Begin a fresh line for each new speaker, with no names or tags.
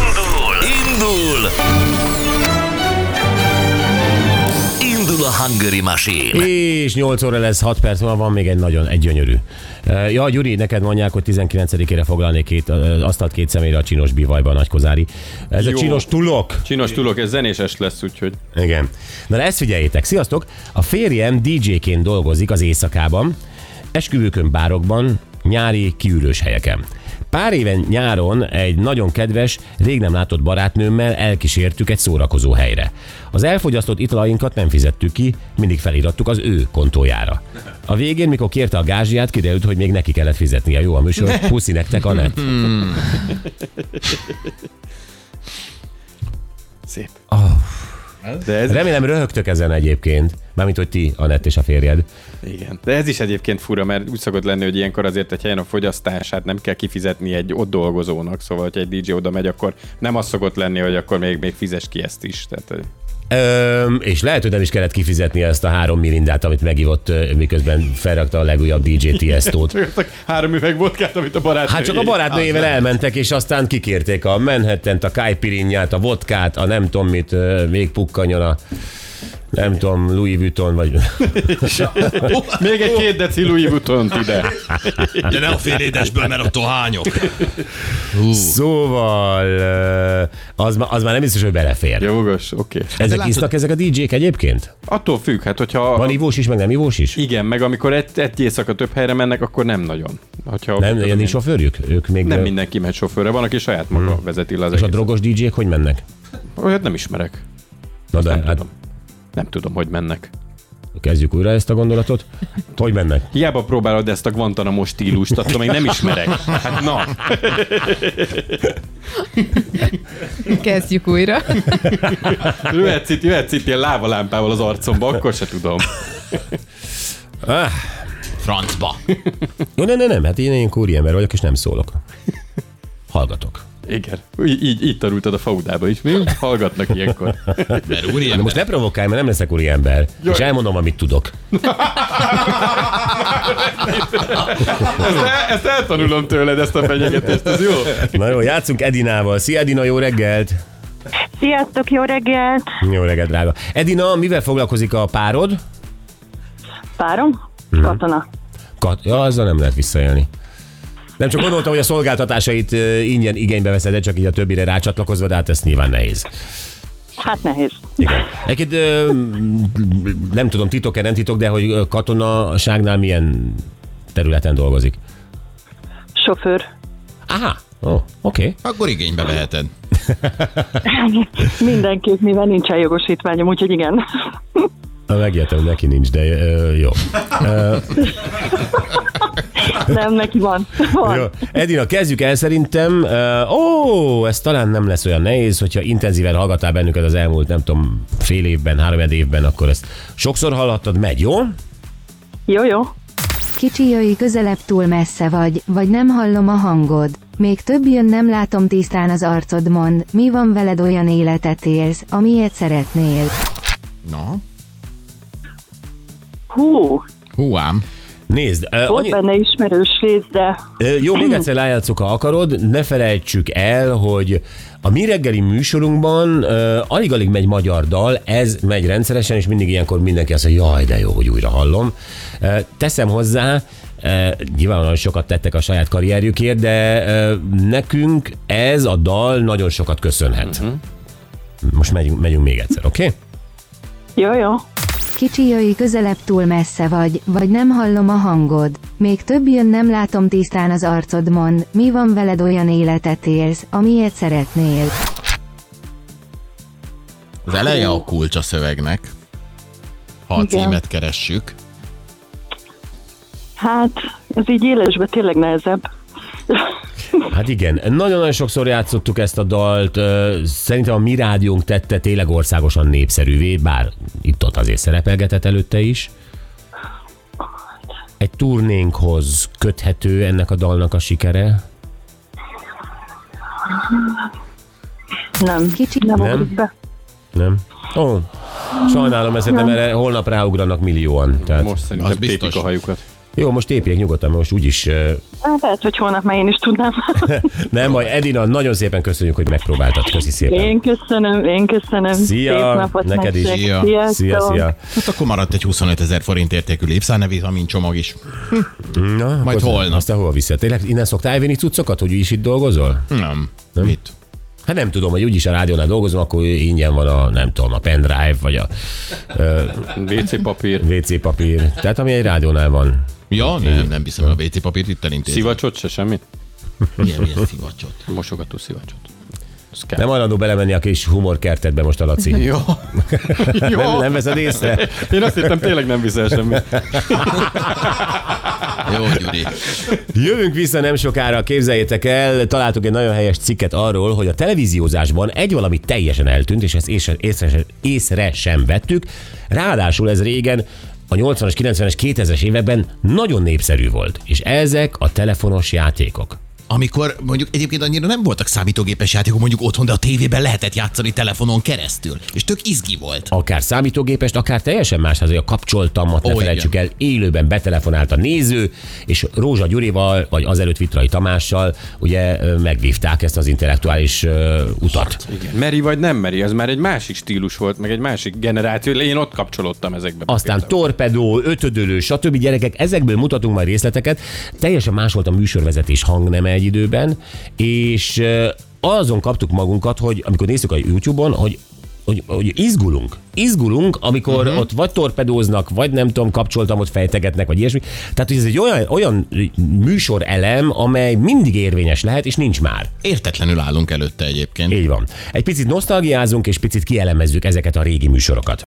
Indul! Indul! Indul a Hungary Machine!
És 8 óra lesz, 6 perc van, van még egy nagyon, egy gyönyörű. Ö, Ja, Gyuri, neked mondják, hogy 19-ére foglalnék két, ö, asztalt két személyre a csinos bivajban, Nagykozári. Ez a
Jó.
csinos tulok.
Csinos tulok, ez zenés est lesz, úgyhogy
Igen. Na de ezt figyeljétek, sziasztok! A férjem DJ-ként dolgozik az éjszakában, esküvőkön bárokban, nyári kiülős helyeken. Pár éven nyáron egy nagyon kedves, rég nem látott barátnőmmel elkísértük egy szórakozó helyre. Az elfogyasztott italainkat nem fizettük ki, mindig felirattuk az ő kontójára. A végén, mikor kérte a gázsiát, kiderült, hogy még neki kellett fizetnie. Jó a műsor, puszi nektek, Anett.
szép. Oh. De ez,
Remélem röhögtök ezen egyébként, mármint, hogy ti, Anett és a férjed.
igen. De ez is egyébként fura, mert úgy szokott lenni, hogy ilyenkor azért egy helyen a fogyasztását nem kell kifizetni egy ott dolgozónak, szóval, hogyha egy DJ oda megy, akkor nem az szokott lenni, hogy akkor még, még fizes ki ezt is. Tehát, hogy-
Öm, és lehet, hogy nem is kellett kifizetni ezt a három mirindát, amit megivott, ö, miközben felrakta a legújabb DJ Tiesto-t.
Három üveg vodkát, amit a barátnő.
Hát csak a barátnőjével elmentek, és aztán kikérték a manhattan a kájpirinját, a vodkát, a nem tudom mit, ö, még pukkanjon a nem tudom, Louis Vuitton, vagy
Még egy két deci Louis vuitton ide.
De ne a fél édesből, mert attól hányok!
szóval ö, az, ma- az már nem biztos, hogy belefér.
Jogos, oké. Okay.
Ezek
látod-
isznak ezek a DJ-k egyébként?
Attól függ, hát hogyha...
Van ivós is, meg nem ivós is?
igen, meg amikor egy, egy éjszaka több helyre mennek, akkor nem nagyon. Hogyha
Nem, ilyen is sofőrjük? Ők még
Nem
ö,
mindenki megy sofőrre, van, aki saját maga hmm. vezeti le az
És a
egészet.
drogos DJ-k hogy mennek?
Olyat nem ismerek.
Na de,
Nem
hát
tudom. Nem tudom, hogy mennek.
kezdjük újra ezt a gondolatot. Hogy mennek?
Hiába próbálod ezt a Guantanamo stílust, attól még nem ismerek. Hát na,
Kezdjük újra.
jöhetsz itt, jöhetsz itt ilyen lávalámpával az arcomba, akkor se tudom.
Ah,
Francba!
jó, nem, nem, nem, hát én ilyen kúriember vagyok, és nem szólok. Hallgatok.
Igen. Így, így, így tanultad a faudába is, mi? Hallgatnak ilyenkor.
Mert úriember,
De most ne provokálj, mert nem leszek úriember. És elmondom, amit tudok.
Ezt, el, ezt eltanulom tőled, ezt a fenyegetést, ez jó?
Na jó, játszunk Edinával. Szia Edina, jó reggelt!
Sziasztok, jó reggelt!
Jó reggelt, drága. Edina, mivel foglalkozik a párod?
Párom?
Mhm.
Katona.
Kat- ja, azzal nem lehet visszaélni. Nem csak gondoltam, hogy a szolgáltatásait ö, ingyen igénybe veszed, de csak így a többire rácsatlakozva, de hát ez nyilván nehéz.
Hát nehéz.
Igen. Egyébként ö, nem tudom, titok-e, nem titok, de hogy ö, katonaságnál milyen területen dolgozik?
Sofőr.
Aha, ó, oké. Okay.
akkor igénybe veheted.
Mindenképp, mivel nincsen jogosítványom, úgyhogy igen.
Megértem, neki nincs, de ö, jó.
Nem, neki van. van.
jó. Edina, kezdjük el szerintem. Ö, Ó, ez talán nem lesz olyan nehéz, hogyha intenzíven hallgattál bennünket az elmúlt, nem tudom, fél évben, három évben, akkor ezt sokszor hallhattad, megy, jó?
Jó, jó.
Kicsi jöjj közelebb túl messze vagy, vagy nem hallom a hangod. Még több jön nem látom tisztán az arcod mond, mi van veled olyan életet élsz, amilyet szeretnél.
Na,
Hú,
hú ám.
Nézd, ö,
ott benne ismerős rész, de
Ö, Jó, még egyszer rájátszok, ha akarod. Ne felejtsük el, hogy a mi reggeli műsorunkban ö, alig-alig megy magyar dal, ez megy rendszeresen, és mindig ilyenkor mindenki azt mondja, jaj, de jó, hogy újra hallom. Ö, teszem hozzá, ö, nyilvánvalóan sokat tettek a saját karrierjükért, de ö, nekünk ez a dal nagyon sokat köszönhet. Uh-huh. Most megyünk, megyünk még egyszer, oké? Okay?
jó, jó.
Kicsi jöjj közelebb túl messze vagy, vagy nem hallom a hangod. Még több jön nem látom tisztán az arcod mond, mi van veled olyan életet élsz, amilyet szeretnél.
Az eleje a kulcs a szövegnek. Ha a
Igen.
címet keressük.
Hát, ez így élesben tényleg nehezebb.
Hát igen, nagyon-nagyon sokszor játszottuk ezt a dalt, ö, szerintem a mi rádiónk tette tényleg országosan népszerűvé, bár itt-ott azért szerepelgetett előtte is. Egy turnénkhoz köthető ennek a dalnak a sikere?
Nem.
Kicsi
Nem,
Nem?
nem. be.
Nem? Ó, sajnálom ezt, de erre holnap ráugranak millióan. Tehát Hát,
Most szerintem
Az biztos.
tépik a hajukat.
Jó, most épjék nyugodtan, most úgyis ö,
Hát, Lehet, hogy holnap már én is tudnám.
nem baj. Edina, nagyon szépen köszönjük, hogy megpróbáltad. Köszi szépen.
én köszönöm, én köszönöm.
Szia,
Szép napot
neked is.
nektek.
Szia.
Szia,
Sziasztok.
szia.
Hát akkor maradt egy 25 ezer forint értékű lépszálnevitamin csomag is.
Na,
Majd
akkor
holnap.
Aztán hova viszed? Tényleg innen szoktál elvinni cuccokat, hogy is itt dolgozol?
Nem. nem. Mit?
Hát nem tudom, hogy úgyis a rádiónál dolgozom, akkor ingyen van a, nem tudom, a pendrive, vagy a
WC papír.
WC papír. Tehát ami egy rádiónál van.
Ja, nem, nem viszem el a WC papírt, itt elintézem.
Szivacsot se semmit?
Milyen, milyen szivacsot?
Mosogató szivacsot. Ez kell.
Nem hajlandó belemenni a kis humorkertedbe most a Laci.
Jó. Jó.
Nem, nem veszed észre?
Én azt hittem, tényleg nem viszel semmit.
Jó, Gyuri.
Jövünk vissza nem sokára, képzeljétek el, találtuk egy nagyon helyes cikket arról, hogy a televíziózásban egy valami teljesen eltűnt, és ezt észre, észre, se- észre sem vettük. Ráadásul ez régen a 80-as, 90-es, 2000-es években nagyon népszerű volt, és ezek a telefonos játékok.
Amikor mondjuk egyébként annyira nem voltak számítógépes játékok mondjuk otthon, de a tévében lehetett játszani telefonon keresztül. És tök izgi volt.
Akár számítógépest, akár teljesen más, az, hogy a kapcsoltammat ne
Ó,
felejtsük el, élőben betelefonált a néző, és Rózsa Gyurival, vagy azelőtt Vitrai Tamással, ugye ö, megvívták ezt az intellektuális ö, utat.
Hát,
Meri vagy nem meri, az már egy másik stílus volt, meg egy másik generáció. Én ott kapcsolódtam ezekbe.
aztán
például.
torpedó, ötödölő, stb. gyerekek, ezekből mutatunk majd részleteket. Teljesen más volt a műsorvezetés hangneme egy időben, és ö, azon kaptuk magunkat, hogy amikor néztük a YouTube-on, hogy hogy, hogy izgulunk. Izgulunk, amikor uh-huh. ott vagy torpedóznak, vagy nem tudom, kapcsoltam, ott fejtegetnek, vagy ilyesmi. Tehát, hogy ez egy olyan, olyan műsor elem, amely mindig érvényes lehet, és nincs már.
Értetlenül állunk előtte egyébként.
Így van. Egy picit nosztalgiázunk, és picit kielemezzük ezeket a régi műsorokat.